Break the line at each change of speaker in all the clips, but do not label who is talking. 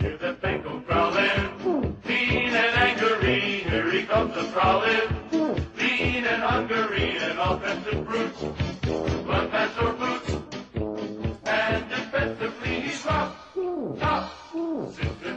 with the penguin growling. Lean and angry, here he comes a prowling. Lean and hungry and offensive brutes. One pass or boot. And defensively he's rough. Tough.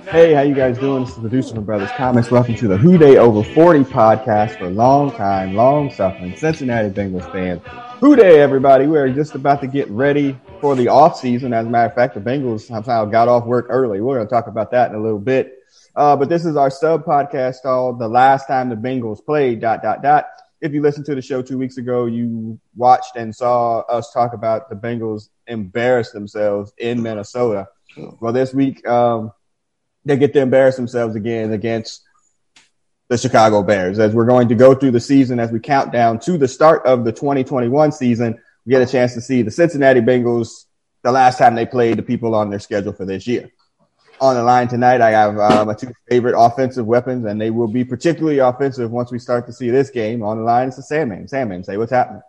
Hey, how you guys doing? This is the Deuceman Brothers Comics. Welcome to the Who Day Over 40 podcast for long time, long suffering Cincinnati Bengals fans. Who Day, everybody. We are just about to get ready for the offseason. As a matter of fact, the Bengals somehow got off work early. We're going to talk about that in a little bit. Uh, but this is our sub podcast called The Last Time the Bengals Played, dot, dot, dot. If you listened to the show two weeks ago, you watched and saw us talk about the Bengals embarrass themselves in Minnesota. Well, this week, um, they get to embarrass themselves again against the Chicago Bears. As we're going to go through the season, as we count down to the start of the 2021 season, we get a chance to see the Cincinnati Bengals the last time they played the people on their schedule for this year. On the line tonight, I have uh, my two favorite offensive weapons, and they will be particularly offensive once we start to see this game. On the line is the Sandman. Sandman, say what's happening.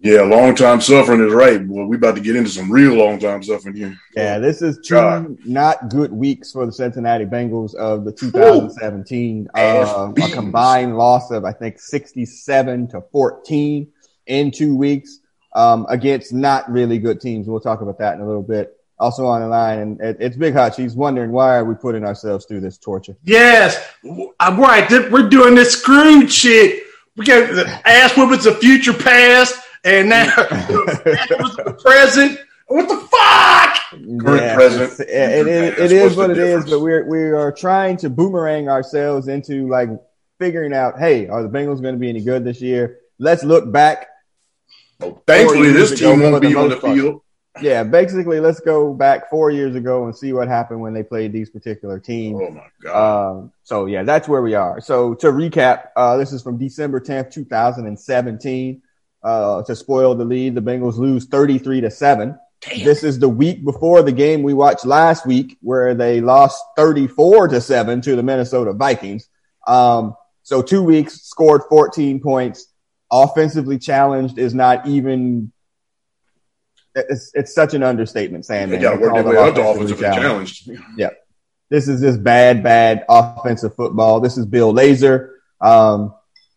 Yeah, long time suffering is right. Well, we about to get into some real long time suffering here.
Yeah, this is two
God.
not good weeks for the Cincinnati Bengals of the 2017. Uh, a
beans.
combined loss of I think 67 to 14 in two weeks um, against not really good teams. We'll talk about that in a little bit. Also on the line, and it, it's Big Hutch. He's wondering why are we putting ourselves through this torture.
Yes, I'm right. Th- We're doing this screwed shit. We got the ass whippings of future past, and now ass whippings of the present. What the fuck?
Current present.
it's- It, it, it, it
That's
is
what's
what
the
it is,
difference.
but we're we are trying to boomerang ourselves into like figuring out, hey, are the Bengals going to be any good this year? Let's look back.
Thankfully,
Forty years
this
ago
team
for
won't
the
be on
most
the
part.
field.
Yeah, basically, let's go back four years ago and see what happened when they played these particular teams.
Oh my god!
Um, so yeah, that's where we are. So to recap, uh, this is from December 10th, 2017. Uh, to spoil the lead, the Bengals lose 33 to seven. This is the week before the game we watched last week where they lost 34 to seven to the Minnesota Vikings. Um, so two weeks scored 14 points. Offensively challenged is not even. It's, it's such an understatement, Sam.
they got to work their way up to offensive challenge.
This is just bad, bad offensive football. This is Bill Lazor um,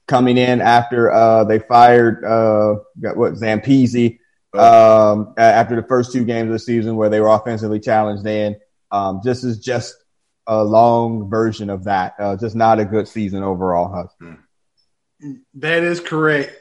coming in after uh, they fired uh, got what Zampezi um, a- after the first two games of the season where they were offensively challenged. Then um, this is just a long version of that. Uh, just not a good season overall. Huh?
That is correct.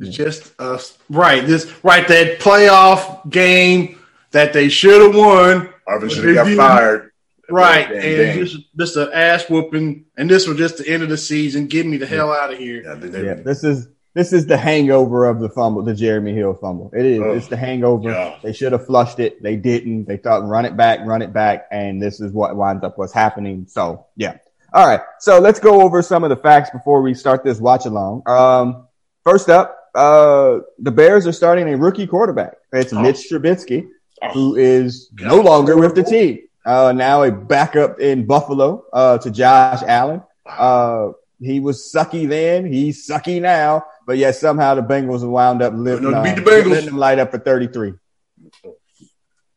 It's just us. Right. This right. That playoff game that they should have won.
Arvin should have
If
got
you-
fired.
Right.
Dang,
and
dang.
just just an ass whooping. And this was just the end of the season. Get me the hell out of here.
Yeah, they, they,
Yeah, this is this is the hangover of the fumble, the Jeremy Hill fumble. It is.
Ugh.
It's the hangover.
Yeah.
They should have flushed it. They didn't. They thought run it back, run it back, and this is what winds up what's happening. So yeah. All right. So let's go over some of the facts before we start this watch along. Um, first up, uh, the Bears are starting a rookie quarterback.
Oh.
It's Mitch Trubisky, who is no longer with the team. Uh, now a backup in Buffalo uh, to Josh Allen. Uh, he was sucky then. He's sucky now. But yet somehow the Bengals wound up living.
No, to beat the
uh,
Bengals.
letting them light up for thirty-three.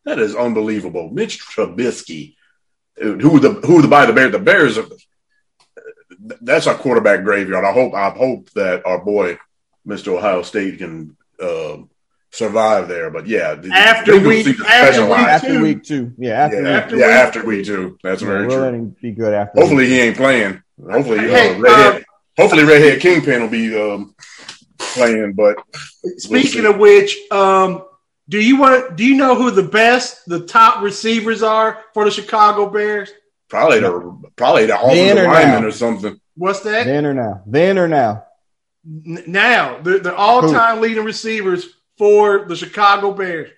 that is unbelievable. Mitch Trubisky, uh, who the who the by the Bears? The Bears. Are, that's our quarterback graveyard. I hope I hope that our boy, Mister Ohio State, can uh, survive there. But yeah, the-
After
Bengals
week-
seem to
after
specialize.
Week
after
two.
week two. Yeah, after
yeah,
week
after,
two.
yeah, after we do. That's
Yeah,
very
we'll let
true.
him be good after.
Hopefully he ain't playing. Hopefully, uh,
Hey,
Redhead, hopefully Redhead Kingpin will be um, playing. But
Speaking
We'll
of which, um, do you want? Do you know who the best, the top receivers are for the Chicago Bears?
probably the probably the
Then
offensive
or
lineman
now?
or something.
What's that?
then or now, then or now.
N- now the, the all-time leading receivers for the Chicago Bears.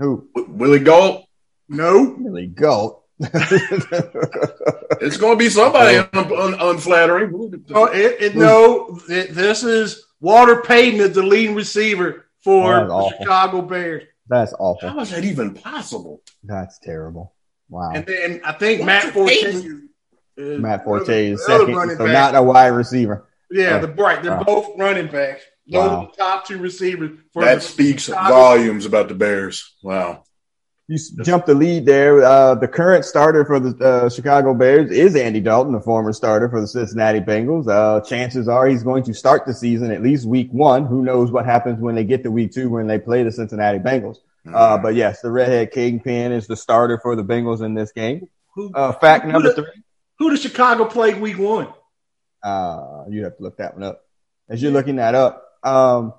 Who
W- Willie Galt.
No,
really go?
It's going to be somebody un- un- unflattering.
oh, it, it- no. Th- this is Walter Payton is the leading receiver for
That's
the
awful.
Chicago Bears,
That's awful.
How is that even possible?
That's terrible. Wow.
and then I think
Walter
Matt Forte.
Payton?
is-
Matt
uh,
Forte
the
is
other
second,
running
so
back.
not a wide receiver.
yeah, the right. They're
Wow.
both running backs. Those
Wow.
are the top two receivers for
That
the
speaks
Chicago
volumes about the Bears. Wow.
you s- jumped the lead there. Uh, the current starter for the uh, Chicago Bears is Andy Dalton, the former starter for the Cincinnati Bengals. Uh, chances are he's going to start the season at least week one. Who knows what happens when they get to week two when they play the Cincinnati Bengals. Uh, but yes, the redhead kingpin is the starter for the Bengals in this game.
Who,
Uh, fact
who
number
the-
three.
Who did Chicago play week one?
Uh, you have to look that one up. As you're looking that up, um,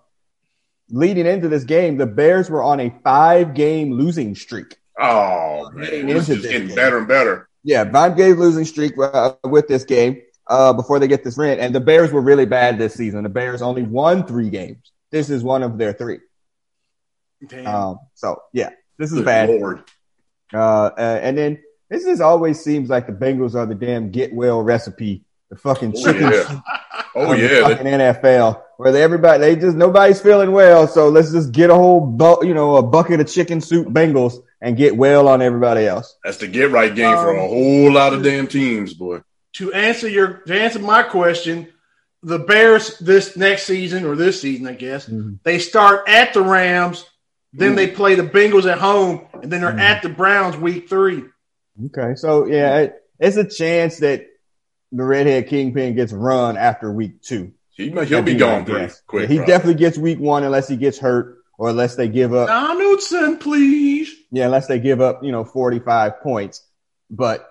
leading into this game, the Bears were on a five-game losing streak.
Oh
Getting
man, it's
into
just
this
getting
game.
better and better.
Yeah, five game losing streak uh, with this game uh, before they get this rent. And the Bears were really bad this season. The Bears only won three games. This is one of their three.
Damn.
Um, so yeah, this is
Good
bad.
Lord.
Uh, uh, and then this just always seems like the Bengals are the damn get well recipe. The fucking
Oh,
chicken
yeah.
soup
Oh
of the
yeah,
fucking NFL, where they, everybody they just nobody's feeling well, so let's just get a whole bu- you know a bucket of chicken soup Bengals and get well on everybody else.
that's the get right game for a
Um,
whole lot of damn teams, boy.
to answer your to answer my question, the Bears this next season or this season, I guess, they start at the Rams, then
Mm.
they play the Bengals at home, and then they're
Mm.
at the Browns week three.
Okay, so yeah, it, it's a chance that the redhead kingpin gets run after week two.
He might, he'll
That'd
be
my
gone pretty
guess.
quick.
Yeah, he definitely gets week one unless he gets hurt or unless they give up.
Donaldson, please.
Yeah, unless they give up, you know, forty five points. But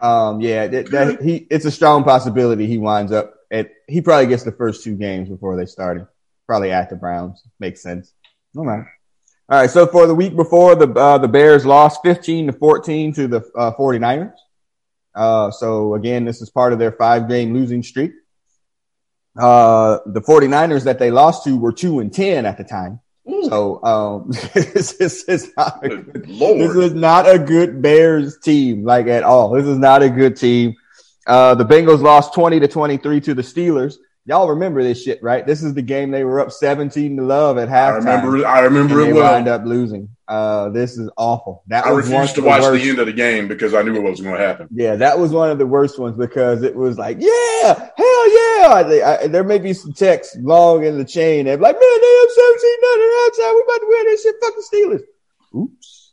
um, yeah, that, that he it's a strong possibility he winds up at. He probably gets the first two games before they started. Probably at the Browns makes sense. All right. All right, so for the week before, the uh, the Bears lost 15 to 14 to the uh, 49ers. Uh, so again, this is part of their five game losing streak. Uh, the 49ers that they lost to were 2 and 10 at the time. So um, this, is, is not a
Good
this
Lord,
is not a good Bears team, like at all. This is not a good team. Uh, the Bengals lost 20 to 23 to the Steelers. Y'all remember this shit, right? This is the game they were up 17 to love at
I
halftime.
remember. I
and
remember
they
it
wind
well.
up losing. Uh, this is awful. That
I
was one
refused
of
to watch
worst-
the end of the game because I knew what was going to happen.
yeah, that was one of the worst ones because it was like, yeah, hell yeah. I, think- I, there may be some texts long in the chain. They're like, man, they up 17 nothing outside. We about to win this shit. Fucking Steelers. Oops.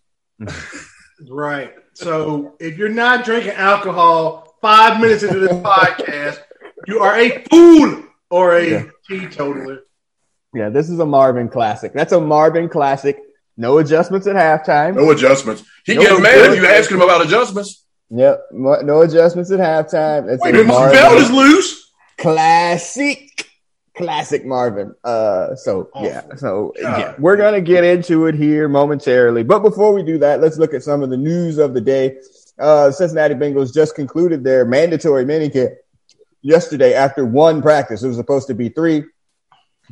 Right. So if you're not drinking alcohol five minutes into this podcast, you are a fool or a
Yeah.
teetotaler.
Yeah, this is a Marvin classic. That's a Marvin classic. No adjustments at halftime.
No adjustments. He
No
get mad if you
adjustments.
ask him about adjustments.
Yep, mo- no adjustments at halftime. That's
Wait a
a
minute, my belt is
Marvin
loose.
classic, classic Marvin. Uh, so yeah, so
God.
yeah, we're gonna get into it here momentarily. But before we do that, let's look at some of the news of the day. Uh, Cincinnati Bengals just concluded their mandatory minicamp yesterday after one practice. It was supposed to be three.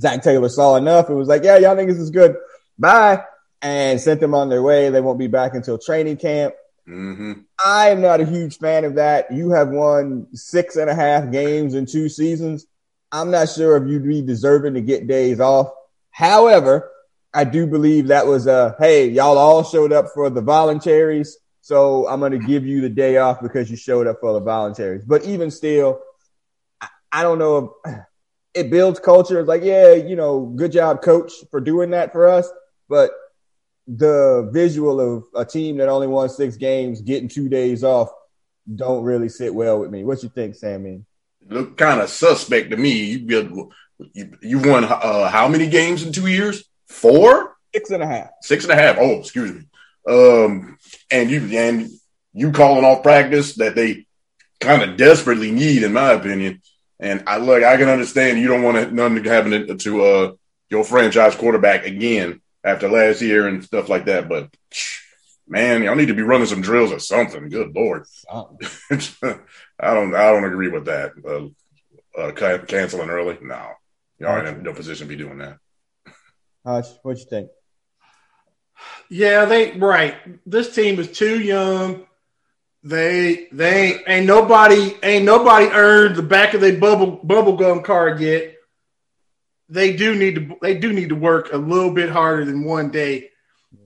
Zach Taylor saw enough and was like, yeah, y'all niggas is good. Bye. And sent them on their way. They won't be back until training camp.
hmm
I am not a huge fan of that. You have won six and a half games in two seasons. I'm not sure if you'd be deserving to get days off. However, I do believe that was a hey, y'all all showed up for the voluntaries, so I'm going to give you the day off because you showed up for the voluntaries. But even still, I, I don't know if it builds culture. It's like, yeah, you know, good job, coach, for doing that for us. But the visual of a team that only won six games getting two days off don't really sit well with me. What you think, Sammy?
Look kind of suspect to me. You get you, you won uh, how many games in two years? Four,
Six and a half.
six and a half. Oh, excuse me. Um, and you and you calling off practice that they kind of desperately need, in my opinion. And I look, I can understand you don't want nothing to happen to, to uh, your franchise quarterback again after last year and stuff like that. But man, y'all need to be running some drills or something. Good lord.
Something.
I don't. I don't agree with that. Uh, uh, ca- canceling early? No, y'all ain't in no position to be doing that.
Hutch, what you think?
Yeah, they right. This team is too young. They they ain't nobody ain't nobody earned the back of their bubble bubble gum card yet. They do need to they do need to work a little bit harder than one day.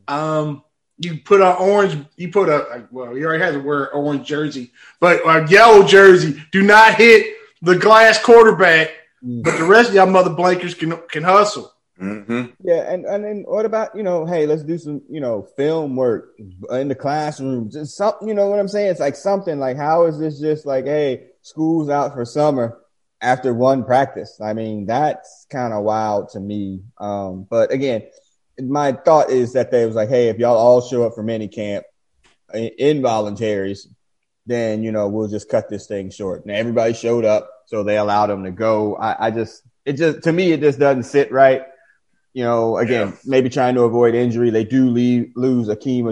Um, you put an orange, you put a well, you already had to wear an orange jersey, but a yellow jersey. Do
Mm.
not hit the glass quarterback. But the rest of y'all mother blankers can can hustle.
Mm-hmm.
Yeah, and and then what about you know? Hey, let's do some you know film work in the classroom. Just something, you know what I'm saying? It's like something like how is this just like hey, school's out for summer after one practice? I mean, that's kind of wild to me. Um, but again, my thought is that they was like, hey, if y'all all show up for mini camp in involuntaries, then you know we'll just cut this thing short. Now everybody showed up, so they allowed them to go. I, I just it just to me it just doesn't sit right you know, again, yeah. maybe trying to avoid injury. They do leave, lose Akeem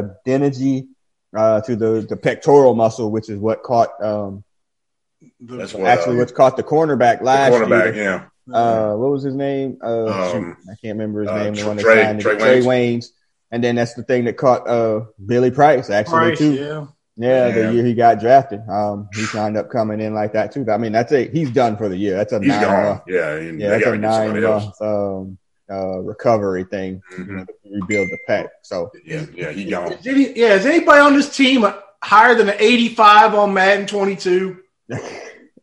Adeniji uh, to the, the pectoral muscle, which is what caught um,
That's
what, actually uh, what's caught the cornerback last
the cornerback,
year.
Yeah.
Uh, what was his name? Uh,
Um,
shoot, I can't remember his
uh,
name.
Tr-
the one that
Trey-
signed
Trey
Trey, Waynes. and then that's the thing that caught uh, Billy Price actually
Price,
too.
yeah.
Yeah, the
Yeah.
year he got drafted, um, he signed up coming in like that too. I mean, that's a he's done for the year. That's a
He's
nine month
gone. Yeah. And
yeah,
they
that's
got
a
to get somebody
nine
else.
month um, uh, recovery thing you
Mhm.
know, to rebuild the pack. So
Yeah. Yeah. He gone.
Is any, yeah, is anybody on this team higher than an 85 on Madden 22? Uh,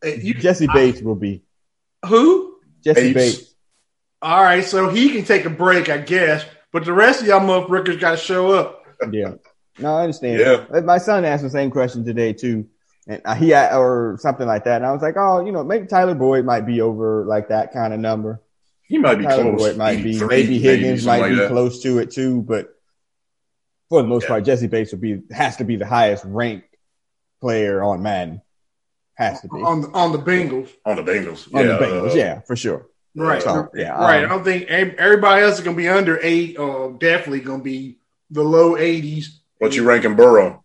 You,
Jesse Bates will be
who?
Jesse
Bates.
Bates.
All right, so he can take a break, I guess. But the rest of y'all motherfuckers got to show up.
Yeah, no, I understand.
Yeah.
But My son asked the same question today too, and I- he had- or something like that. And I was like, oh, you know, maybe Tyler Boyd might be over like that kind of number.
He might be
Tyler
close.
Boyd might be,
83,
maybe Higgins
something
might be
like that.
close to it too, but for the most
Yeah.
part, Jesse Bates will be has to be the highest ranked player on Madden. Has to be
on the, on the Bengals.
on the Bengals.
on
yeah,
the Bengals,
uh,
yeah, for sure.
Right.
So, yeah,
right. I
um,
don't think ev- everybody else is going to be under eight or definitely going to be the low 80s.
What you ranking Burrow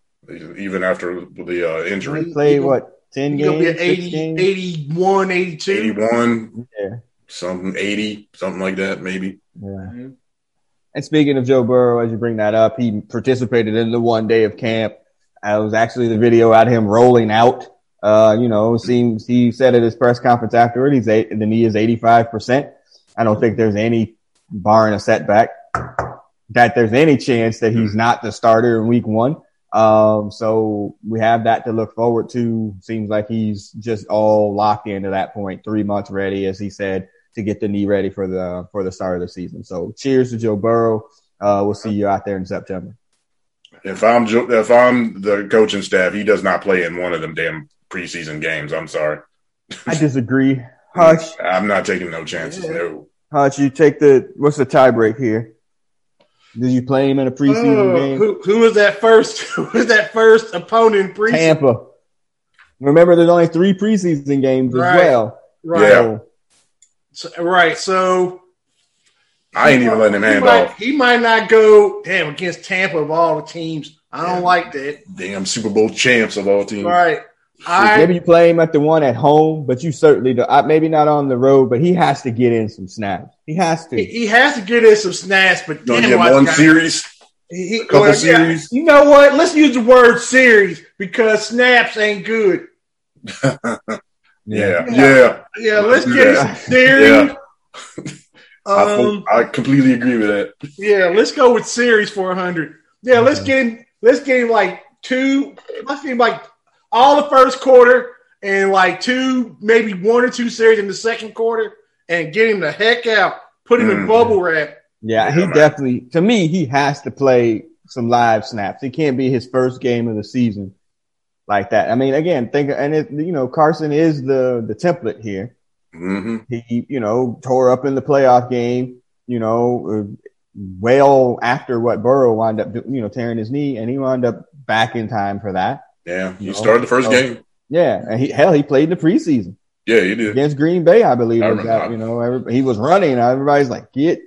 even after the uh, injury?
Um, he played what ten
He's going to
games?
be an 80,
16?
81, 82.
Eighty-one,
Yeah.
something eighty, something like that, maybe.
Yeah. And speaking of Joe Burrow, as you bring that up, he participated in the one day of camp. Uh, It was actually the video out of him rolling out. Uh, you know, seems he said at his press conference afterward, he's eight, the knee is 85%. I don't think there's any, barring a setback, that there's any chance that he's not the starter in week one. Um, so we have that to look forward to. Seems like he's just all locked into that point, three months ready, as he said, to get the knee ready for the for the start of the season. So cheers to Joe Burrow. Uh, we'll see you out there in September.
If I'm Jo- if I'm the coaching staff, he does not play in one of them damn preseason games. I'm sorry,
I disagree. Hush,
I'm not taking no chances.
Yeah.
No,
Hush, you take the what's the tiebreak here? Did you play him in a preseason
Oh,
game?
who, who was that first? Who was that first opponent in preseason?
Tampa. Remember, there's only three preseason games
Right.
as well.
Right.
Yeah.
So,
So, right. So
I ain't even letting him
he
hand
might,
off.
He might not go damn against Tampa of all the teams. I don't
Yeah.
like that.
Damn Super Bowl champs of all teams.
Right. I
maybe you play him at the one at home, but you certainly do. I, maybe not on the road, but he has to get in some snaps. He has
he,
to.
he has to get in some snaps, but
Gonna
damn,
get
why
one
the guy-
series,
he- he-
couple
well, yeah.
series.
You know what? Let's use the word series because snaps ain't good.
Yeah, yeah.
Yeah, let's get
Yeah.
some series.
I,
Um,
I completely agree with that.
Yeah, let's go with series four hundred. Yeah, let's
Mhm.
get him. Let's get him like two. Let's get him like all the first quarter and like two, maybe one or two series in the second quarter, and get him the heck out. Put him in
Mm.
bubble wrap.
Yeah, he
Yeah, man.
definitely. To me, he has to play some live snaps. It can't be his first game of the season like that. I mean, again, think and it, you know Carson is the the template here. Mm-hmm.
hmm
He you know tore up in the playoff game. You know, uh, well after what Burrow wound up do- you know tearing his knee, and he wound up back in time for that.
Yeah, he
No.
started the first
Oh.
game.
Yeah, and he hell he played in the preseason.
Yeah, he did.
against Green Bay, I believe.
I
it was
remember.
that, you know, every, he was running. Everybody's like, "Get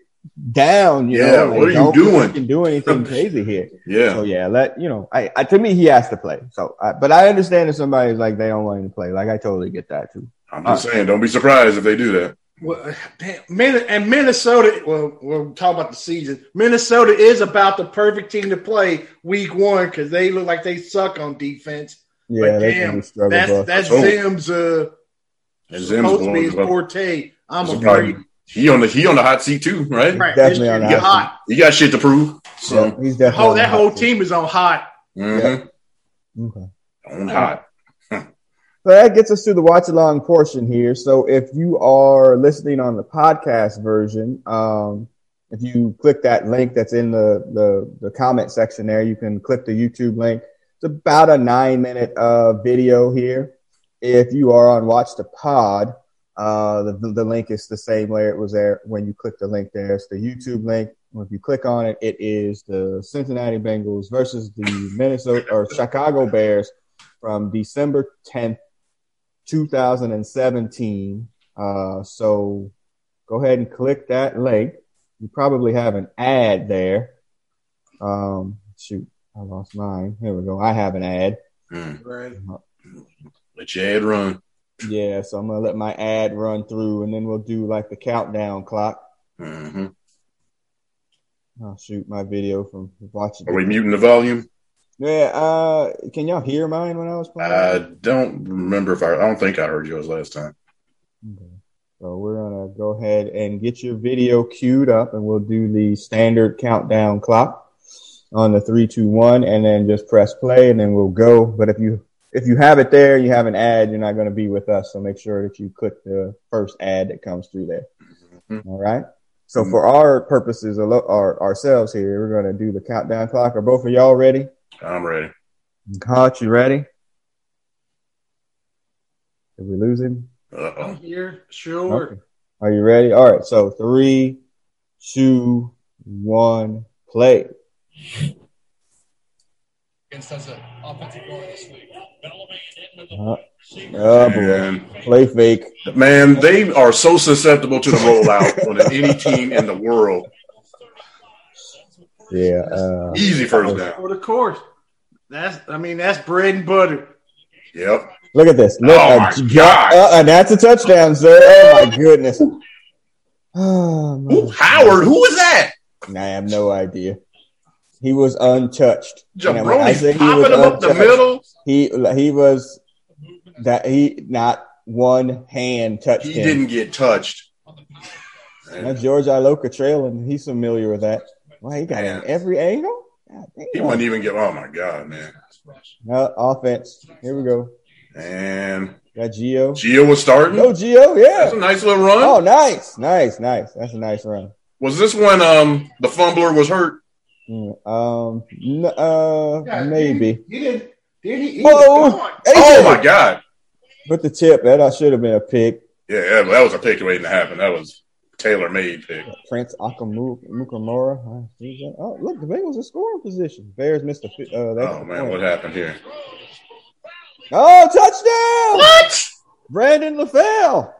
down!" You
Yeah,
know,
what are you
don't
doing?
fucking Do anything crazy here?
Yeah.
So yeah, let you know. I, I to me, he has to play. So, I, but I understand if somebody's like they don't want him to play. Like I totally get that too.
I'm just
uh,
saying, don't be surprised if they do that.
Well, damn, Min- and Minnesota. Well, we'll talk about the season. Minnesota is about the perfect team to play week one because they look like they suck on defense.
Yeah,
but
that's
damn,
gonna be struggle
that's
bus.
that's
Sure.
Zim's. Uh,
Oh. And Zim's
supposed to be his
going-
forte. I'm
This is
afraid.
probably- he on the he on the hot seat too, right?
Right.
Definitely
this
on
year
the
he's
hot
hot.
He got shit to prove.
yeah,
So mm-hmm.
he's definitely
Oh,
on
that
the
whole
hot seat.
team is on hot.
mhm.
Okay.
on hot.
So So that gets us to the watch along portion here. So if you are listening on the podcast version, um, if you click that link that's in the, the, the comment section there, you can click the YouTube link. It's about a nine minute uh, video here. If you are on Watch the Pod, uh, the, the link is the same way it was there when you click the link there. It's the YouTube link. If you click on it, it is the Cincinnati Bengals versus the Minnesota or Chicago Bears from December 10th, 2017. Uh, so go ahead and click that link. You probably have an ad there. Um, shoot, I lost mine. Here we go. I have an ad.
Mm.
Right.
Let your head run.
Yeah, so I'm gonna let my ad run through, and then we'll do like the countdown clock.
hmm
I'll shoot my video from watching.
Are we muting the volume?
Yeah, uh, can y'all hear mine when I was playing?
I don't remember if I. I don't think I heard yours last time.
Okay. So we're gonna go ahead and get your video queued up, and we'll do the standard countdown clock on the three, two, one, and then just press play, and then we'll go. But if you if you have it there, you have an ad. You're not gonna be with us, so make sure that you click the first ad that comes through there.
Mhm.
All right. So for our purposes, alo- our, ourselves here, we're gonna do the countdown clock. Are both of y'all ready?
I'm ready.
Hot, you ready? Did we lose him?
Uh
I'm
oh.
here. Sure.
Okay. Are you ready? All right. So three, two, one, play.
against us an offensive guard this week. Bellamy into the
Uh,
receiver.
Oh boy.
Man,
Play fake.
man, they are so susceptible to the rollout on any team in the world.
Yeah. Uh,
Easy first down.
Well, of course. That's I mean that's bread and butter.
Yep.
look at this. Look,
Oh
a-
my God.
uh, and that's a touchdown, sir. Oh my goodness. Oh,
Who,
my-
Howard, who was that?
I have no idea. He was untouched. And when I say
Jabroni
he was uh,
popping him up the
untouched,
middle.
He he was that he not one hand touched
He
him.
didn't get touched.
That's George Iloka trailing. He's familiar with that. Why he got
Yeah.
in every angle? God damn.
He wouldn't even get. Oh my God, man.
No, offense. Here we go.
And
Got Geo.
Gio was starting.
Go Geo.
That's a
Yeah.
nice little run.
Oh, nice, nice, nice. That's a nice run.
Was this when um the fumbler was hurt?
Mm, Um, n- uh, maybe.
He didn't did he, he
Whoa.
was gone.
Oh
Hey,
my god!
But the tip that I should have been a pick.
Yeah, that- that was a pick waiting to happen. That was tailor made pick.
Prince Akamu- Mukamura. Huh, who's that? Oh, look, the Bengals in scoring position. Bears missed a. fi- Uh, that's
Oh man, what happened here?
Oh, touchdown! What? Brandon LaFell.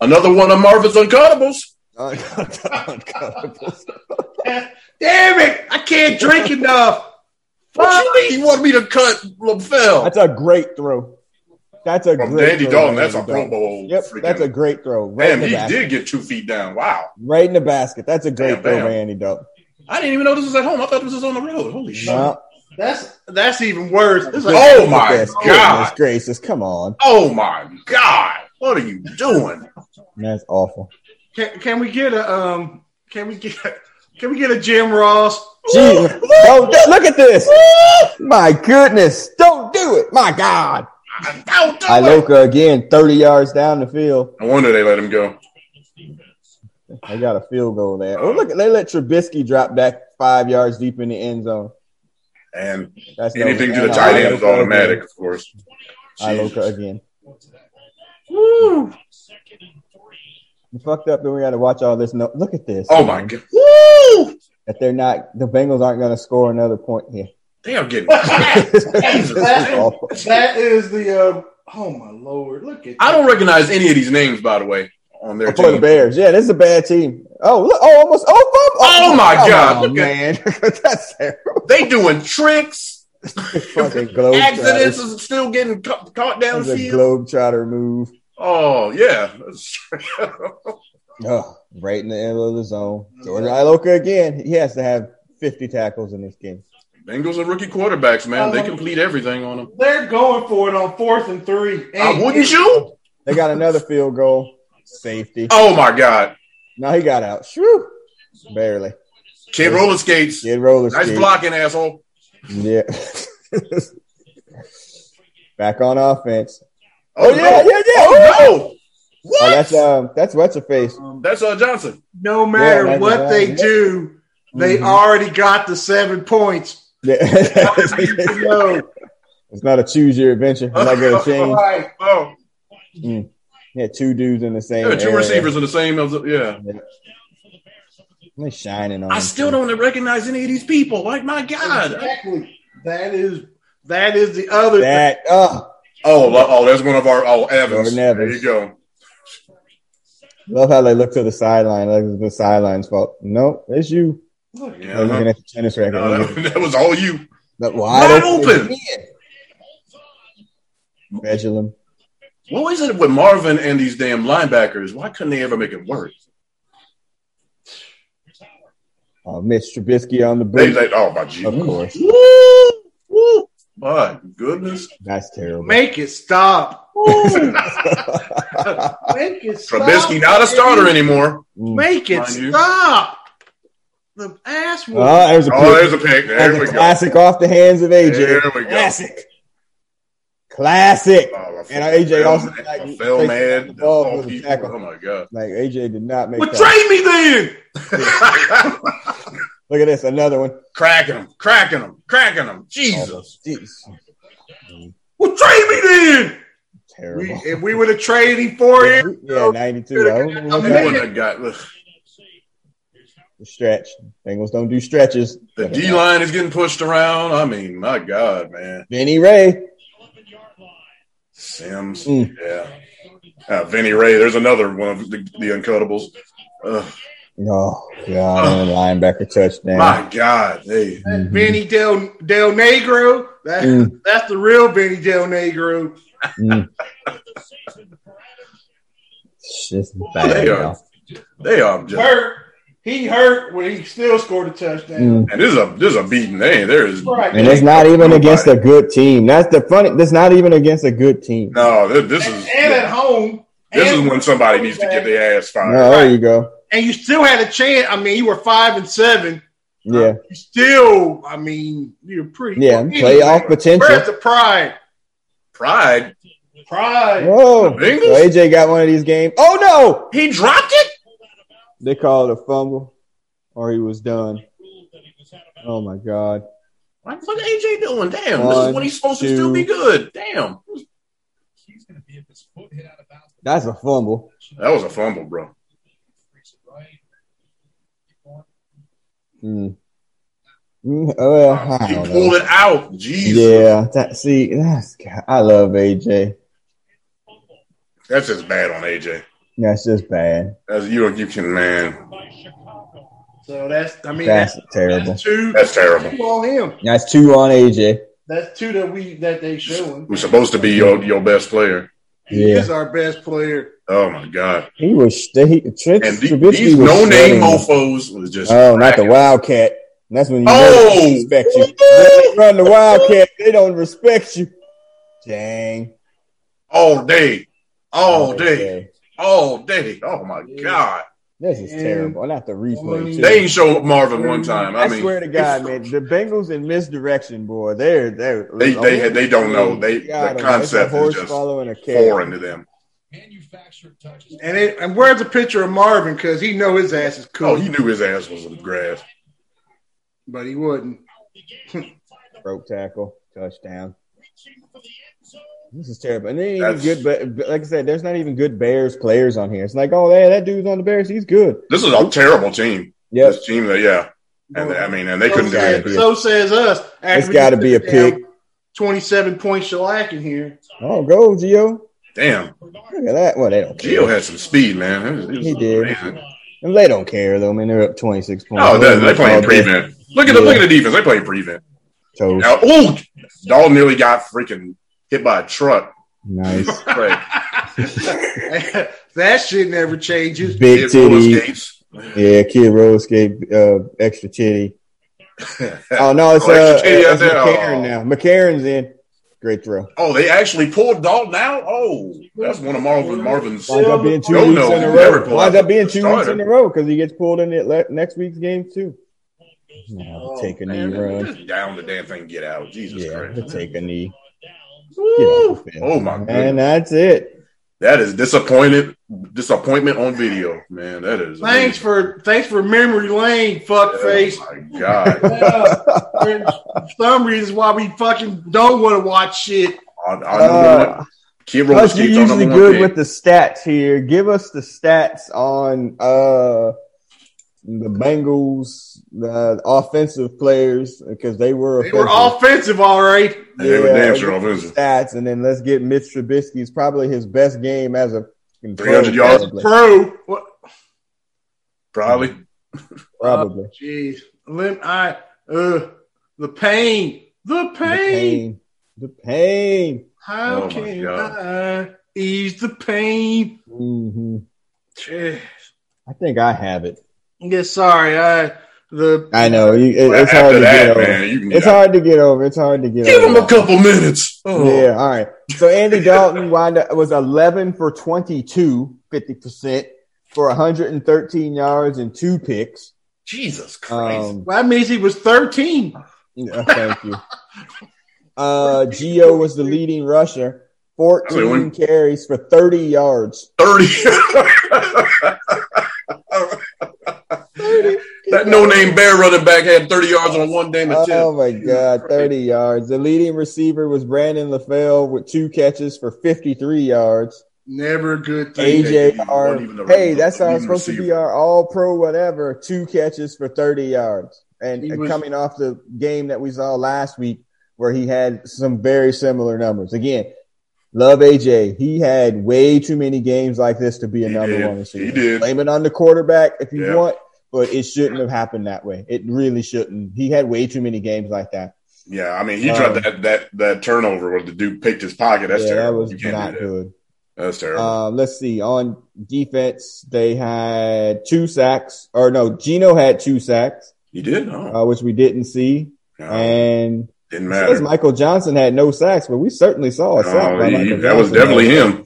Another one of Marvin's uncuttables.
Damn it! I can't drink enough.
What you mean? He wanted me to cut LaFell
That's a great throw. That's a
from
great
Dandy
throw.
Dalton. That's a
Andy
Pro
Dalton.
Bowl.
Yep,
freaking-
that's a great throw. Right
Damn,
in the
he
basket.
did get two feet down. Wow.
Right in the basket. That's a great
Damn,
throw
damn.
by Andy Dalton.
I didn't even know this was at home. I thought this was on the road. Holy shit.
No.
That's that's even worse. It's like,
Oh
Look at
my
this.
god.
Goodness gracious. Come on.
Oh my god. What are you doing?
That's awful.
can, can we get a um can we get can we get a Jim Ross?
Jesus. Don't do- look at this. My goodness. Don't do it. My God.
I don't do it.
Iloka again, 30 yards down the field.
No wonder they let him go.
I got a field goal there. Oh, look, they let Trubisky drop back five yards deep in the end zone.
And
That's no-
Anything to the
and
tight end
Iloka
is
again.
automatic, of course.
Iloka
Jesus.
again.
Woo!
We fucked up, then we got to watch all this. No, look at this.
Oh my
man.
god.
That they're not. The Bengals aren't going to score another point here.
They are getting I
this is awful.
That is the uh, oh my lord! Look at
don't recognize any of these names, by the way, on their
Oh, For the
team.
Bears, yeah, this is a bad team. Oh, look, oh, almost. Oh, oh, oh,
Oh, my
come
God,
on,
look
man, that's terrible.
They doing tricks.
Fucking globe
Accidents is still getting ca- caught
That's a
downfield.
globetrotter move.
Oh yeah.
Ugh, right in the middle of the zone. Jordan Iloka again. He has to have fifty tackles in this game.
Bengals are rookie quarterbacks, man. They complete everything on them.
they're going for it on fourth and three.
Uh, wouldn't you?
They got another field goal. Safety.
Oh my god.
No, he got out. Shoo, barely.
Kid roller skates.
Kid roller
Nice
skate.
blocking, asshole.
Yeah. Back on offense. Oh, yeah,
no.
yeah, yeah.
Oh, no.
Oh,
What?
that's um, that's what's her face.
That's uh, Johnson.
No
Yeah,
matter
that's
what
right.
they do, they
Mhm.
already got the seven points.
Yeah. it's
No.
not a choose your adventure. It's not gonna change.
Right.
Oh,
Yeah, two dudes in the same.
yeah, two
area.
receivers in the same. uh, Yeah.
They shining on.
I
them,
still
too.
don't recognize any of these people. Like my God.
Exactly. That is that is the other thing.
That oh,
Oh, lo- oh, there's one of our oh Evans.
Jordan
There
Evans.
you go.
love how they look to the sideline. Like it's the sideline's fault. Nope, it's you.
Yeah,
They're looking at the tennis racket.
Uh-huh. No, that, that was all you.
That
Wide open.
again. Pendulum.
What was it with Marvin and these damn linebackers? Why couldn't they ever make it work?
Uh, Mitch Trubisky on the
They,
boot.
they oh my Jesus.
Of course.
Woo! Woo! My goodness.
That's terrible.
Make it stop.
Mm.
Make it stop.
Trubisky not a starter
anymore.
anymore.
Make it
Mind you.
stop. The ass was
oh, there's a,
Oh,
pick.
there's a pick. There
There's a
we go.
classic off the hands of AJ.
There we go.
Classic. Classic.
Oh, I felt-
And AJ also
I
like-
felt mad.
the ball
Oh,
was a
he-
tackle.
oh my god.
Like AJ did not make
well,
that.
trade me then.
Look at this, another one. Oh,
cracking him, cracking him, cracking him. Jesus.
Jeez.
Well, trade me then. We,
Terrible.
if we would have traded him for him,
yeah, 92. I don't know what
He
that
wouldn't have got ugh.
was. stretch. Bengals don't do stretches.
the D line is getting pushed around. I mean, my God, man.
Vinny Ray.
Sims.
Mm.
Yeah. Uh, Vinny Ray, there's another one of the, the uncuttables. Ugh.
Oh, God. and a linebacker touchdown.
My God. Hey.
Mhm.
Benny Del Del Negro. That,
Mm.
That's the real Benny Del Negro.
Mm. It's just bad.
they are.
y'all.
They are just
Hurt. He hurt when he still scored a touchdown.
Mm.
and this is a this is a beating. Hey, there is
Right.
And it's not even against a good team. That's the funny. That's not even against a good team.
no, this, this
And,
is
and at home.
this
and-
is when somebody needs to get their ass
No,
fired.
there you go.
And you still had a chance. I mean, you were five and seven.
Yeah.
You still, I mean, you're pretty.
Yeah, playoff
Where's
potential.
the pride?
Pride.
Pride.
Whoa.
The Bengals?
So AJ got one of these games. Oh no!
He dropped it?
They called a fumble, or he was done. Oh my god!
What the fuck AJ doing? Damn, this
One,
is when he's supposed to
two.
still be good. Damn.
He's going to be at his foot hit out of bounds.
That's a fumble.
That was a fumble, bro.
Right.
Mm. Mm, oh, well, I
He
don't
pulled
know.
it out. Jesus.
Yeah, that, see, that's I love AJ.
That's just bad on AJ.
That's just bad.
That's you you can man.
So that's, I mean, that's,
That's terrible.
that's two.
That's terrible.
two on him.
That's two on AJ.
That's two that we that they showing.
Who's supposed to be your, your best player.
He
Yeah.
is our best player.
Oh my god.
He was he, Trent
And the-
Trubisky
these
was
no name
shredding him.
mofos was just
Oh, not the
cracking.
Wildcat. That's when you
Oh!
know they respect you. When they run the Wildcat, they don't respect you. Dang.
all day.
Oh,
All day. All day. Oh my god.
This is
And-
terrible. Not the replay, too.
They ain't show Marvin one time. I
I
mean
swear to God, man, the Bengals in misdirection, boy. They're they're
They- they- they don't know. They- the
God,
concept
it's a horse
is just
following a cat.
foreign to them.
Manufactured touches.
And it, and where's the picture of Marvin? Because he know his ass is cool,
Oh, he knew his ass was in the grass.
but he wouldn't.
Broke tackle, touchdown. This is terrible. And they ain't
That's-
even good. But like I said, there's not even good Bears players on here. It's like, oh, yeah, that dude's on the Bears. He's good.
This is a terrible team.
Yep.
This team that yeah. And I mean and they couldn't do
says,
anything.
So says us. After
It's
we
gotta
took
be a
down
pick.
Twenty-seven point shellac in here.
Oh, go Geo.
Damn.
Look at that. Well, they don't care.
Gio had some speed, man. It was- it was
He did.
amazing.
And they don't care though. I mean, they're up twenty six points.
Oh, they, they playing
All day.
prevent. Look at the look at the defense. They playing prevent.
Toes.
Now, oh, Dahl nearly got freaking hit by a truck.
Nice.
Right.
that shit never changes.
Big
Hit roller
titty.
skates.
Yeah, kid roller skate, uh, extra titty. Oh no, it's
Oh,
uh,
extra titty out
it's
there.
McCarron
Oh.
now. McCarron's in. Great throw.
oh, they actually pulled Dahl now. Oh, that's one of Marvin Marvin's.
Winds up being two
No,
weeks
no,
in a
never
row.
pull
Winds
out
up being
the
two weeks
starter.
in a row because he gets pulled in it le- next week's game too. No,
Oh,
take a knee
Man,
run.
just down the damn thing. Get out, Jesus
Yeah,
Christ.
take a knee. Get off the field.
Oh my
And
goodness.
that's it.
That is disappointed disappointment on video, man. That is
Thanks for thanks for memory lane, fuckface.
Oh my God.
Yeah, for some reasons why we fucking don't want to watch shit.
I, I
Uh,
number one. Kid Roller
Plus, you're
Skate's our
usually
number
good
one
with
pick.
the stats here. Give us the stats on uh the Bengals, the offensive players, because they were
They were
offensive.
offensive, all right.
They were damn sure
get the
offensive.
stats, and then let's get Mitch Trubisky's probably his best game as a
300 yards.
Probably,
Pro. What?
Probably.
probably.
Oh, Jeez. Lim- I. Uh. The pain. The pain.
The pain, the pain.
How
Oh, my
can
God.
I ease the pain? Eh.
hmm
Jeez.
I think I have it.
Yeah. Sorry. I. The.
I know you, it- it's
After
hard to
that,
get over.
man, you can
It's hard to get over. It's hard to get
give
over.
him a couple minutes. Oh,
Yeah, all right. So Andy Dalton wound up, was 11 for 22, 50%, for 113 yards and two picks.
Jesus Christ.
Um,
Well, that means he was thirteen.
yeah, thank you. Uh, Gio was the leading rusher, 14 carries for 30 yards.
30. that no name bear running back had 30 yards on one damn attempt.
Oh my God, 30 yards. The leading receiver was Brandon LaFell with two catches for 53 yards.
Never a good thing.
AJ
wasn't
R.
even a
Hey,
re-
that's
even
our supposed to be
receiver.
our all pro whatever. Two catches for 30 yards. And,
He
and
was-
coming off the game that we saw last week where he had some very similar numbers. Again, love AJ. He had way too many games like this to be a
He
number
did.
one receiver.
He did.
Blame it on the quarterback if you
Yeah.
want, but it shouldn't have happened that way. It really shouldn't. He had way too many games like that.
Yeah, I mean, he tried
Um,
that that that turnover where the dude picked his pocket. That's
yeah, that
terrible.
was
You can't
not
do that.
good.
That's terrible.
Um, let's see. On defense, they had two sacks, or no, Gino had two sacks,
he did. No,
uh, which we didn't see,
No,
and
didn't
it says
Oh, matter.
Michael Johnson had no sacks, but we certainly saw a sack.
No,
by
Oh, he-
Michael
that was
Johnson.
definitely him.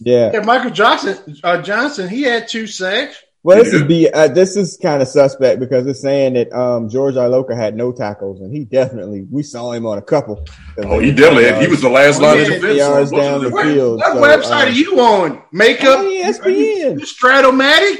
Yeah.
Yeah, Michael Johnson. Uh, Johnson. He had two sacks.
Well, this is be uh, this is kind of suspect because it's saying that um, George Iloka had no tackles, and he definitely we saw him on a couple.
Oh, he definitely. He was the last line of
Yeah,
defense.
yards
What was
down
it?
the
What,
field,
what
so, um,
website
Oh, E
are you on? Makeup?
Hey,
Are you,
ESPN.
you Stratomatic?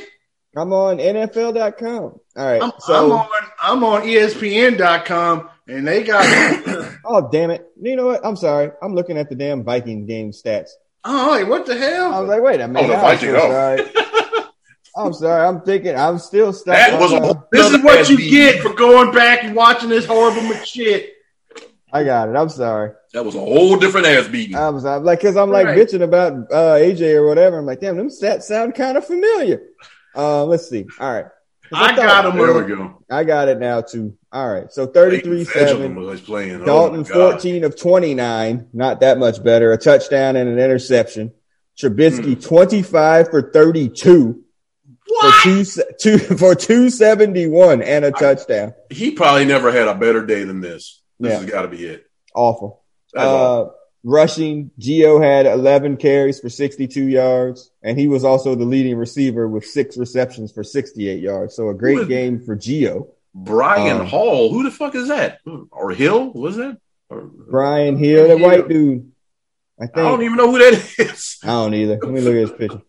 I'm on NFL.com. All right,
I'm, I'm
so
on I'm on E ESPN.com and they got
oh damn it, you know what? I'm sorry. I'm looking at the damn Viking game stats.
Oh like, what the
I
hell?
was like, wait a minute.
the
I'm so
Viking, oh.
sorry. I'm sorry. I'm thinking. I'm still stuck.
That
on,
was a
uh,
whole
This is
nother
what you
SB.
get for going back and watching this horrible shit.
I got it. I'm sorry.
That was a whole different ass beating.
I was I'm like, because I'm like
Right.
bitching about uh, AJ or whatever. I'm like, damn, them stats sound kind of familiar. Uh, let's see. All right,
I
Uh,
got him.
there we go.
I got it now too. All right, so 33
Edgelman
seven.
was playing. Oh,
Dalton
my God.
14 of 29, not that much better. A touchdown and an interception.
Hmm.
Trubisky 25 for 32
What?
for two, two for 271 and a touchdown.
He probably never had a better day than this. This
Yeah.
has got to be it.
Awful.
That's all.
Uh, rushing, Gio had 11 carries for 62 yards, and he was also the leading receiver with six receptions for 68 yards. So a great
is-
game for Gio.
Brian
um,
Hall. Who the fuck is that? Hmm. Or Hill? Was that? Or,
Brian Hill, that white dude. I think.
I don't even know who that is.
either. Let me look at his picture.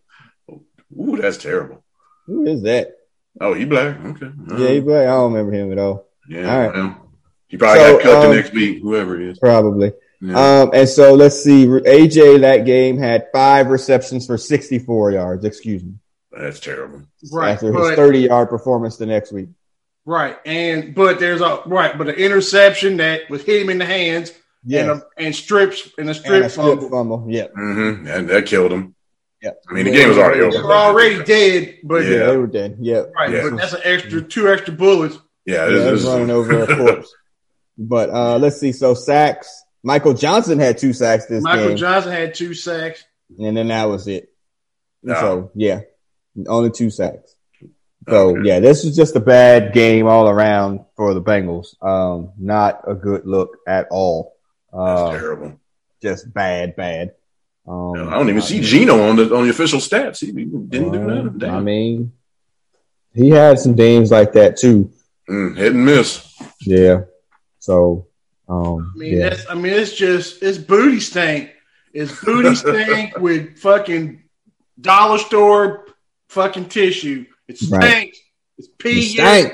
Ooh, that's terrible.
Who is that?
Oh, he black. Okay. All
Yeah, he
Mm.
right.
black. I don't remember him at all.
Yeah.
All right.
well, he probably
So,
got cut
um,
the next week, whoever he is.
Probably.
Yeah.
Um, and so let's see. AJ that game had five receptions for 64 yards. Excuse me.
that's terrible.
Right.
after his
But,
30 yard performance the next week.
right. And but there's a right, but an interception that was hit him in the hands
Yes.
and a, and strips and a strip
And a strip
fumble.
fumble. Yep.
hmm And that killed him.
Yeah.
I mean, the game was already
They
over.
were already dead, but
Yeah,
Yeah.
they were dead. Yep.
right,
Yeah.
but that's an extra two extra bullets.
Yeah,
Yeah, this,
it
this
was
is
running over a corpse. But uh, let's see. So sacks. Michael Johnson had two sacks this
Michael
game,
Johnson had two sacks.
and then that was it. And
No.
So yeah, only two sacks. So
Okay.
yeah, this was just a bad game all around for the Bengals. Um, not a good look at all.
That's
Uh,
terrible.
just bad, bad. Um,
I don't even see Gino on the on the official stats. He didn't do nothing.
I
Damn.
mean, he had some games like that too.
Mm, hit and miss.
Yeah. So Um,
I mean,
yeah.
that's, I mean, it's just it's booty stank. It's booty stank with fucking dollar store fucking tissue. It
Right.
stinks. It's pee.
It stank.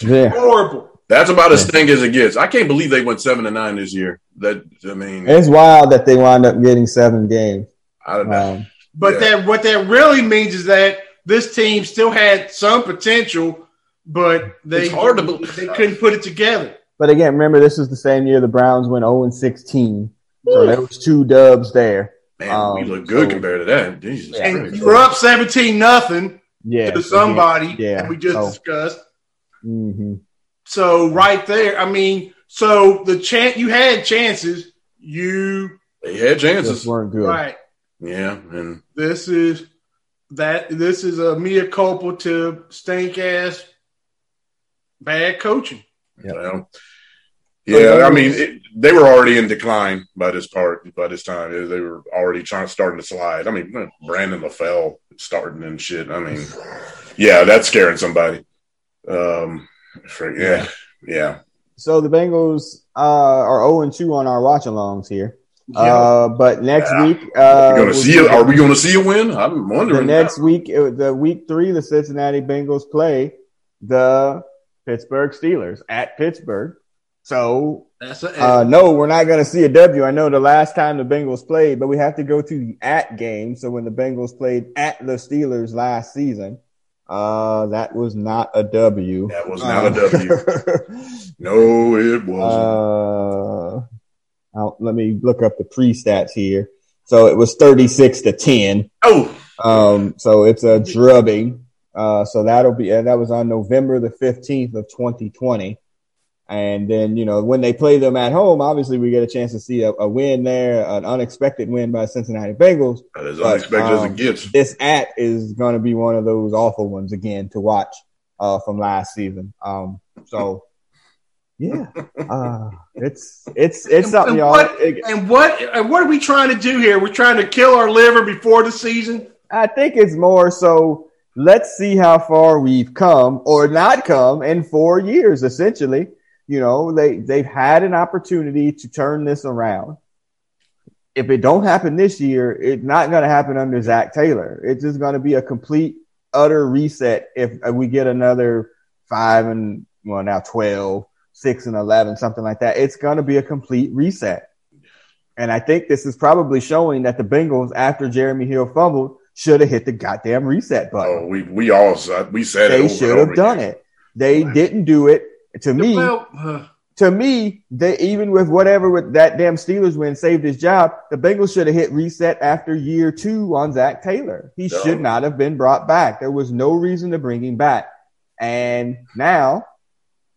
yeah.
Horrible.
That's about as thing as it gets. I can't believe they went seven and nine this year. That I mean,
It's wild that they wound up getting seven games.
I don't know.
Um,
But
Yeah.
that what that really means is that this team still had some potential, but they
It's hard to believe.
they couldn't put it together.
but again, remember this is the same year the Browns went 0 and 16, so
Woo.
there was two dubs there.
Man, we
Um,
look good
so-
compared to that. Jesus
Yeah.
And
Christ.
you're up seventeen nothing
Yeah,
to somebody
Yeah.
that we just
Oh.
discussed.
hmm
So right there, I mean, so the chance you had chances, you
They had
just
chances.
weren't good.
right.
Yeah, and
This is that. This is a mea culpa to stink ass bad coaching.
Yep.
well, yeah. I mean, it, they were already in decline by this part. By this time, They- they were already trying starting to slide. I mean, Brandon LaFell starting and shit. I mean, yeah, that's scaring somebody. Um, for, yeah, yeah.
So the Bengals uh, are 0 and 2 on our watch alongs here. Uh, but next
Yeah.
week, uh,
We're gonna
we'll
see.
be-
A, are we gonna see a win? I'm
the
wondering.
next week, uh, the week three, the Cincinnati Bengals play the Pittsburgh Steelers at Pittsburgh. So,
That's a
uh, no, we're not going to see a W. I know the last time the Bengals played, but we have to go to the at game. So when the Bengals played at the Steelers last season, uh, that was not a W.
That was not a W.
W.
No, it wasn't.
Uh, I'll, let me look up the pre stats here. So it was 36 to 10.
oh,
Um, so it's a drubbing. Uh, so that'll be, and that was on November the 15th of 2020. And then, you know, when they play them at home, obviously we get a chance to see a, a win there, an unexpected win by Cincinnati Bengals.
that is
But,
unexpected as
um,
it gets.
This at is going to be one of those awful ones again to watch, uh, from last season. Um, so yeah, uh, it's, it's, it's
And-
something
and
y'all.
what-
it-
and what and what are we trying to do here? We're trying to kill our liver before the season.
I think it's more so let's see how far we've come or not come in four years, essentially. You know, they, they've had an opportunity to turn this around. If it don't happen this year, it's not going to happen under Zach Taylor. It's just going to be a complete, utter reset if we get another five and, well, now 12, six and 11, something like that. It's going to be a complete reset. And I think this is probably showing that the Bengals, after Jeremy Hill fumbled, should have hit the goddamn reset button.
Oh, we we all said- we said it
they
over and
should have
over
done
again.
it. They didn't do it. To me,
Well, uh,
to me, they even with whatever with that damn Steelers win saved his job. The Bengals should have hit reset after year two on Zach Taylor. He
No.
should not have been brought back. There was no reason to bring him back. And now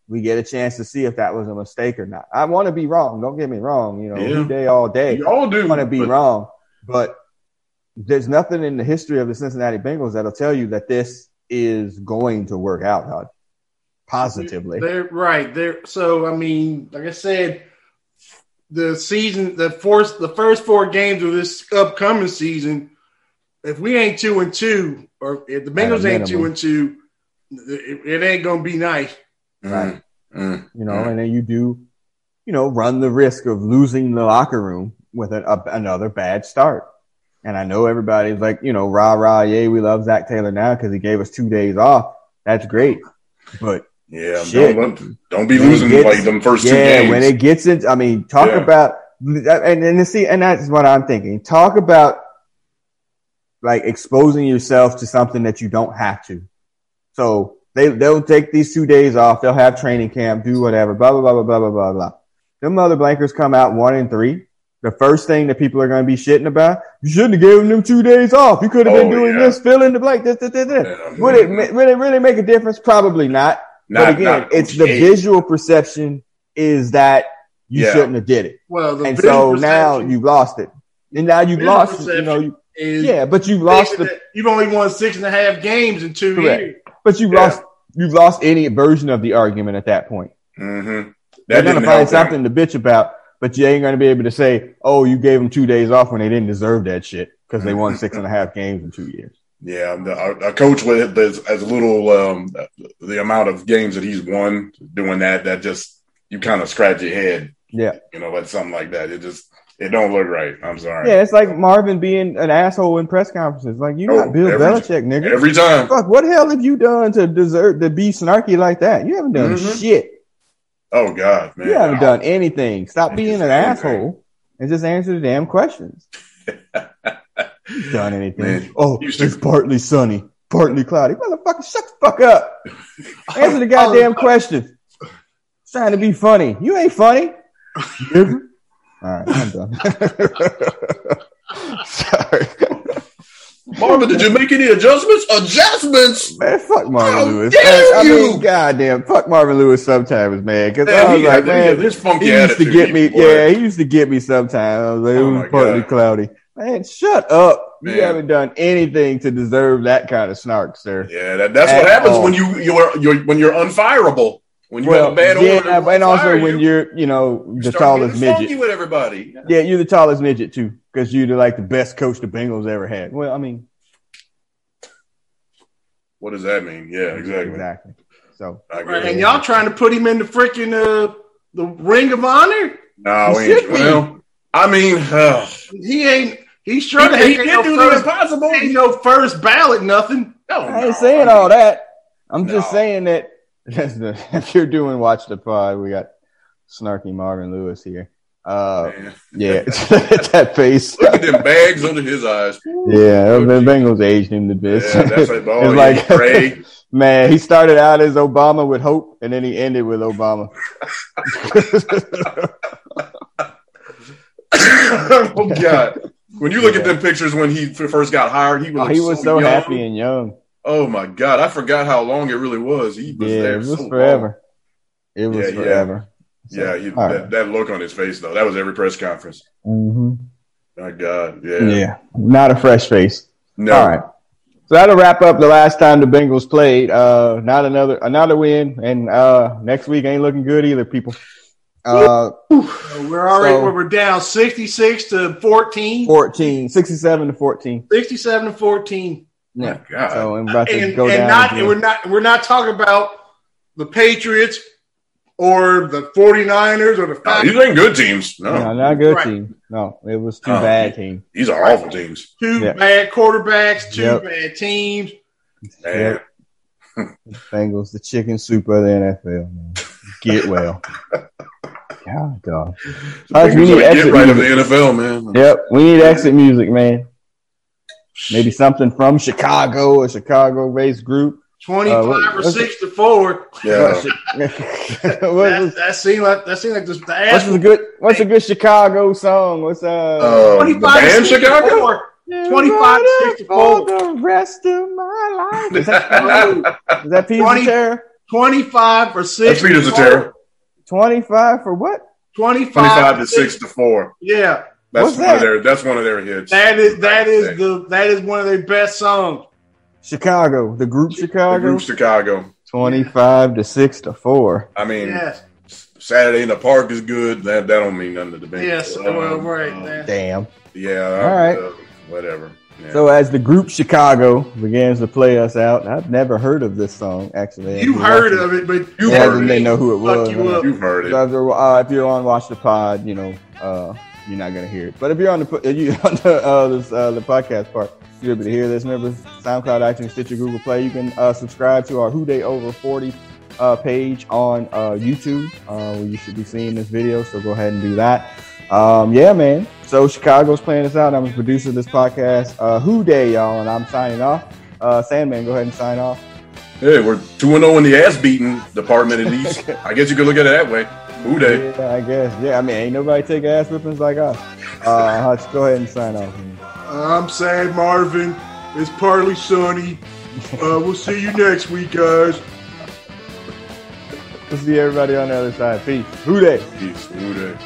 we get a chance to see if that was a mistake or not. I want to be wrong. Don't get me wrong. You know,
Yeah.
we day all day.
You all do
I'm going to be
but-
wrong, but there's nothing in the history of the Cincinnati Bengals that'll tell you that this is going to work out Hud, positively.
they're right. They're so. I mean, like I said, the season, the first, the first four games of this upcoming season. If we ain't two and two, or if the Bengals ain't two
minimum.
and two, it, it ain't gonna be nice.
Right.
Mm,
You know,
Mm.
and then you do, you know, run the risk of losing the locker room with an, a, another bad start. And I know everybody's like, you know, rah rah, yay, we love Zach Taylor now because he gave us two days off. That's great, but
Yeah,
Shit.
don't let- don't be
When it
losing
gets-
like them first two
yeah,
games.
when it gets into, I mean, talk
Yeah.
about and and see, and that's what I'm thinking. Talk about like exposing yourself to something that you don't have to. So they they'll take these two days off. They'll have training camp, do whatever, blah blah blah blah blah blah blah blah. Them other blankers come out one and three. The first thing that people are going to be shitting about, you shouldn't have given them two days off. You could have been
Oh,
doing
yeah.
this, fill in the blank, this, this, this, this.
Yeah.
Would it ma- would it really make a difference? Probably not
Not-
but again,
not-
it's the
hey,
visual perception is that you
Yeah.
shouldn't have did it,
Well, the
and
visual
so now
perception
you've lost it, and now you've
Visual
lost, you know, you,
is
yeah, but you've lost the,
that you've only won six and a half games in two
Correct.
years.
but you've
Yeah.
lost, you've lost any version of the argument at that point.
mhm.
They're gonna
That didn't
find
help
something to bitch about, but you ain't gonna be able to say, "Oh, you gave them two days off when they didn't deserve that shit because they won six and a half games in two years."
Yeah, the, a- a coach with as, as little um, the amount of games that he's won doing that that just you kind of scratch your head.
Yeah.
You know, at something like that. It just it don't look right. I'm sorry.
Yeah, it's like Marvin being an asshole in press conferences. Like you're
Oh,
not Bill
every-
Belichick, nigga.
Every time.
Fuck, what the hell have you done to deserve to be snarky like that? You haven't done
Mhm.
shit.
Oh God, man.
You haven't done anything. Stop
It's
being
just
an
anything.
asshole and just answer the damn questions. You've done anything.
Man,
oh,
you
it's
should-
partly sunny, partly cloudy. Motherfucker, shut the fuck up. Answer the
Oh.
goddamn question. Trying to be funny. You ain't funny. Nigga. All right, I'm done.
Sorry.
Marvin, did you make any adjustments? Adjustments?
Man, fuck Marvin
How
Lewis.
dare
man. I
you!
mean, goddamn, fuck Marvin Lewis sometimes, man. Because I
Man,
was
he
like,
had- he
man,
had this funky
he used to
attitude,
get me.
boy.
Yeah, he used to get me sometimes. I was like,
Oh
it
my
was partly
God.
cloudy. Man, shut up. You
Man.
haven't done anything to deserve that kind of snark, sir.
Yeah, that, that's
At
what happens
all.
when you you're, you're when you're unfireable. When you have a bad
yeah,
order, they won't
and also
fire
when
you,
you're, you know,
you
the
start
tallest
getting
midget.
funky with everybody.
Yeah, you're the tallest midget too, because you're the, like the best coach the Bengals ever had. Well, I mean,
What does that mean? Yeah, exactly.
exactly. So
I get
Right,
it.
and y'all trying to put him in the freaking uh, the Ring of Honor?
No,
He
we
should be.
ain't, well, I mean, uh,
He ain't. He
he,
sure the
he
heck ain't
did
no
do the
first.
impossible.
Ain't no first ballot, nothing.
No,
I ain't
no,
saying
I
all
mean,
that. I'm just
No.
saying that that's the, if you're doing watch the pod, we got snarky Marvin Lewis here. Uh,
man.
yeah, that face.
Look at them bags under his eyes.
Yeah, the Bengals aged him to bits.
Yeah, that's like, oh,
It's
he's
like-
gray.
Man, he started out as Obama with hope, and then he ended with Obama.
oh God! When you look at them pictures when he f- first got hired, he was,
Oh, he was so
young.
happy and young.
Oh my God! I forgot how long it really was. He was
Yeah,
there
it was
so long.
forever. It was
Yeah, yeah.
forever.
Yeah, he,
All
that,
right.
that look on his face though—that was every press conference.
hmm
My God, yeah,
Yeah. not a fresh face.
no,
All right. So that'll wrap up the last time the Bengals played. Uh, not another another win, and uh, next week ain't looking good either, people. Uh,
So we're already
So-
we're down sixty six to 14,
14, 67 to fourteen.
67 to fourteen,
my God,
So I'm about to
and,
go down.
and not
again.
and we're not we're not talking about the Patriots or the 49ers or the
no,
Falcons.
these ain't good teams. No, Oh.
no, not a good
Right.
team. No, it was too
No.
bad team.
these are awful teams.
two
Yeah.
bad quarterbacks, two
Yep. Uh,
bad teams.
Man,
Yep. Bengals, the chicken soup of the NFL. Man. Get well. God, dog.
the
Us,
Bengals
we need
are the
exit
get right of the
music.
NFL, man.
Yep, we need exit music, man. Maybe something from Chicago, a Chicago-based group.
Twenty
Uh,
five
what-
or
what's
six to four.
Yeah,
That,
what's,
that seemed like that seemed like just the
what's a
ass.
good What's a good Chicago song? What's uh?
uh,
Twenty
the
five to
band
six to
Chicago.
four. 25 to 64.
for the rest of my life. Is that, is that Peter
20
Terror?
25 or 6.
That's Peter Cetera.
Twenty five for what?
25,
Twenty-five to six to four.
Yeah.
That's
What's
one
that?
of their. That's one of their hits.
That is that is the that is one of their best songs.
Chicago, the group
the
Chicago.
group Chicago.
Twenty five to six to four.
I mean,
Yes.
Saturday in the park is good. That that don't mean nothing to the Bengals.
Yes. Well,
Um,
right.
um,
yeah.
Damn.
Yeah.
All right.
uh, whatever. Yeah.
So as the group Chicago begins to play us out, I've never heard of this song actually.
You heard of it, but
You
you
Yeah,
heard
then
it.
they know who it
Fuck
was.
you up.
You've heard it.
So if you're, uh, if you're on Watch the Pod, you know, uh, you're not gonna hear it. But if you're on the po- you on the uh, this, uh, the podcast part, you'll be able to hear this. Remember, SoundCloud, iTunes, Stitcher, Google Play. You can uh, subscribe to our Who Day Over Forty uh, page on uh, YouTube, uh, where you should be seeing this video. So go ahead and do that. Um, yeah, man. So Chicago's playing us out. I'm the producer of this podcast, uh, Who Day, y'all, and I'm signing off. Uh, Sandman, go ahead and sign off.
Hey, we're 2 0 in the ass beating department at least. I guess you could look at it that way. Who day?
Yeah, I guess. Yeah, I mean, ain't nobody take ass whippings like us. Uh, Hutch, go ahead and sign off.
I'm sad Marvin. It's partly sunny. Uh, we'll see you next week, guys.
We'll see everybody on the other side. Peace. Who that?
Peace. Who day?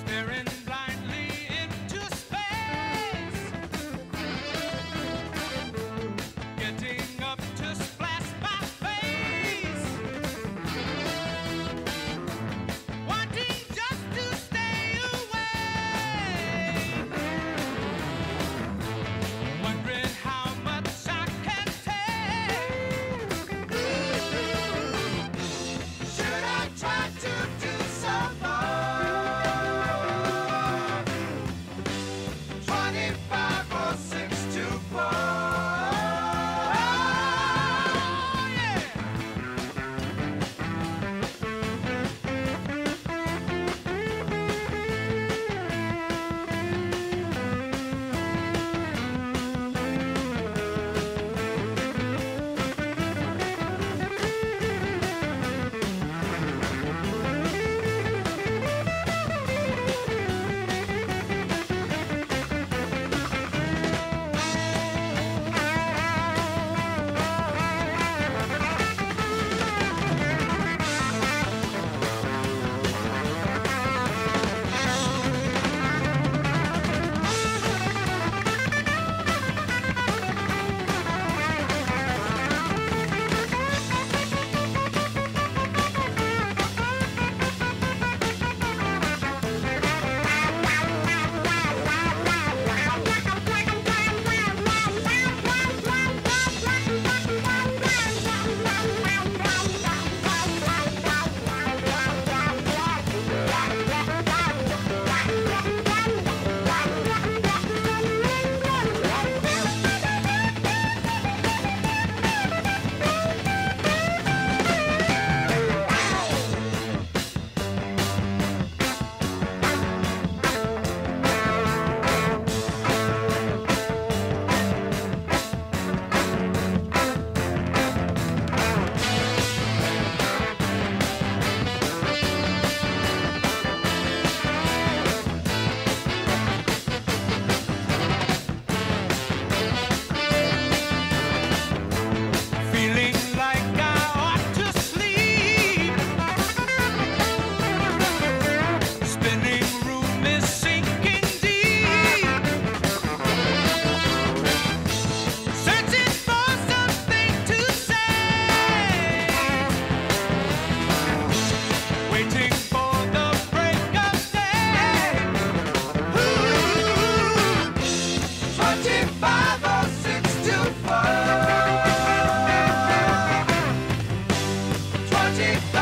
staring blindly into space. Getting up to splash my face. Wanting just to stay away. Wondering how much I can take. oh music. oh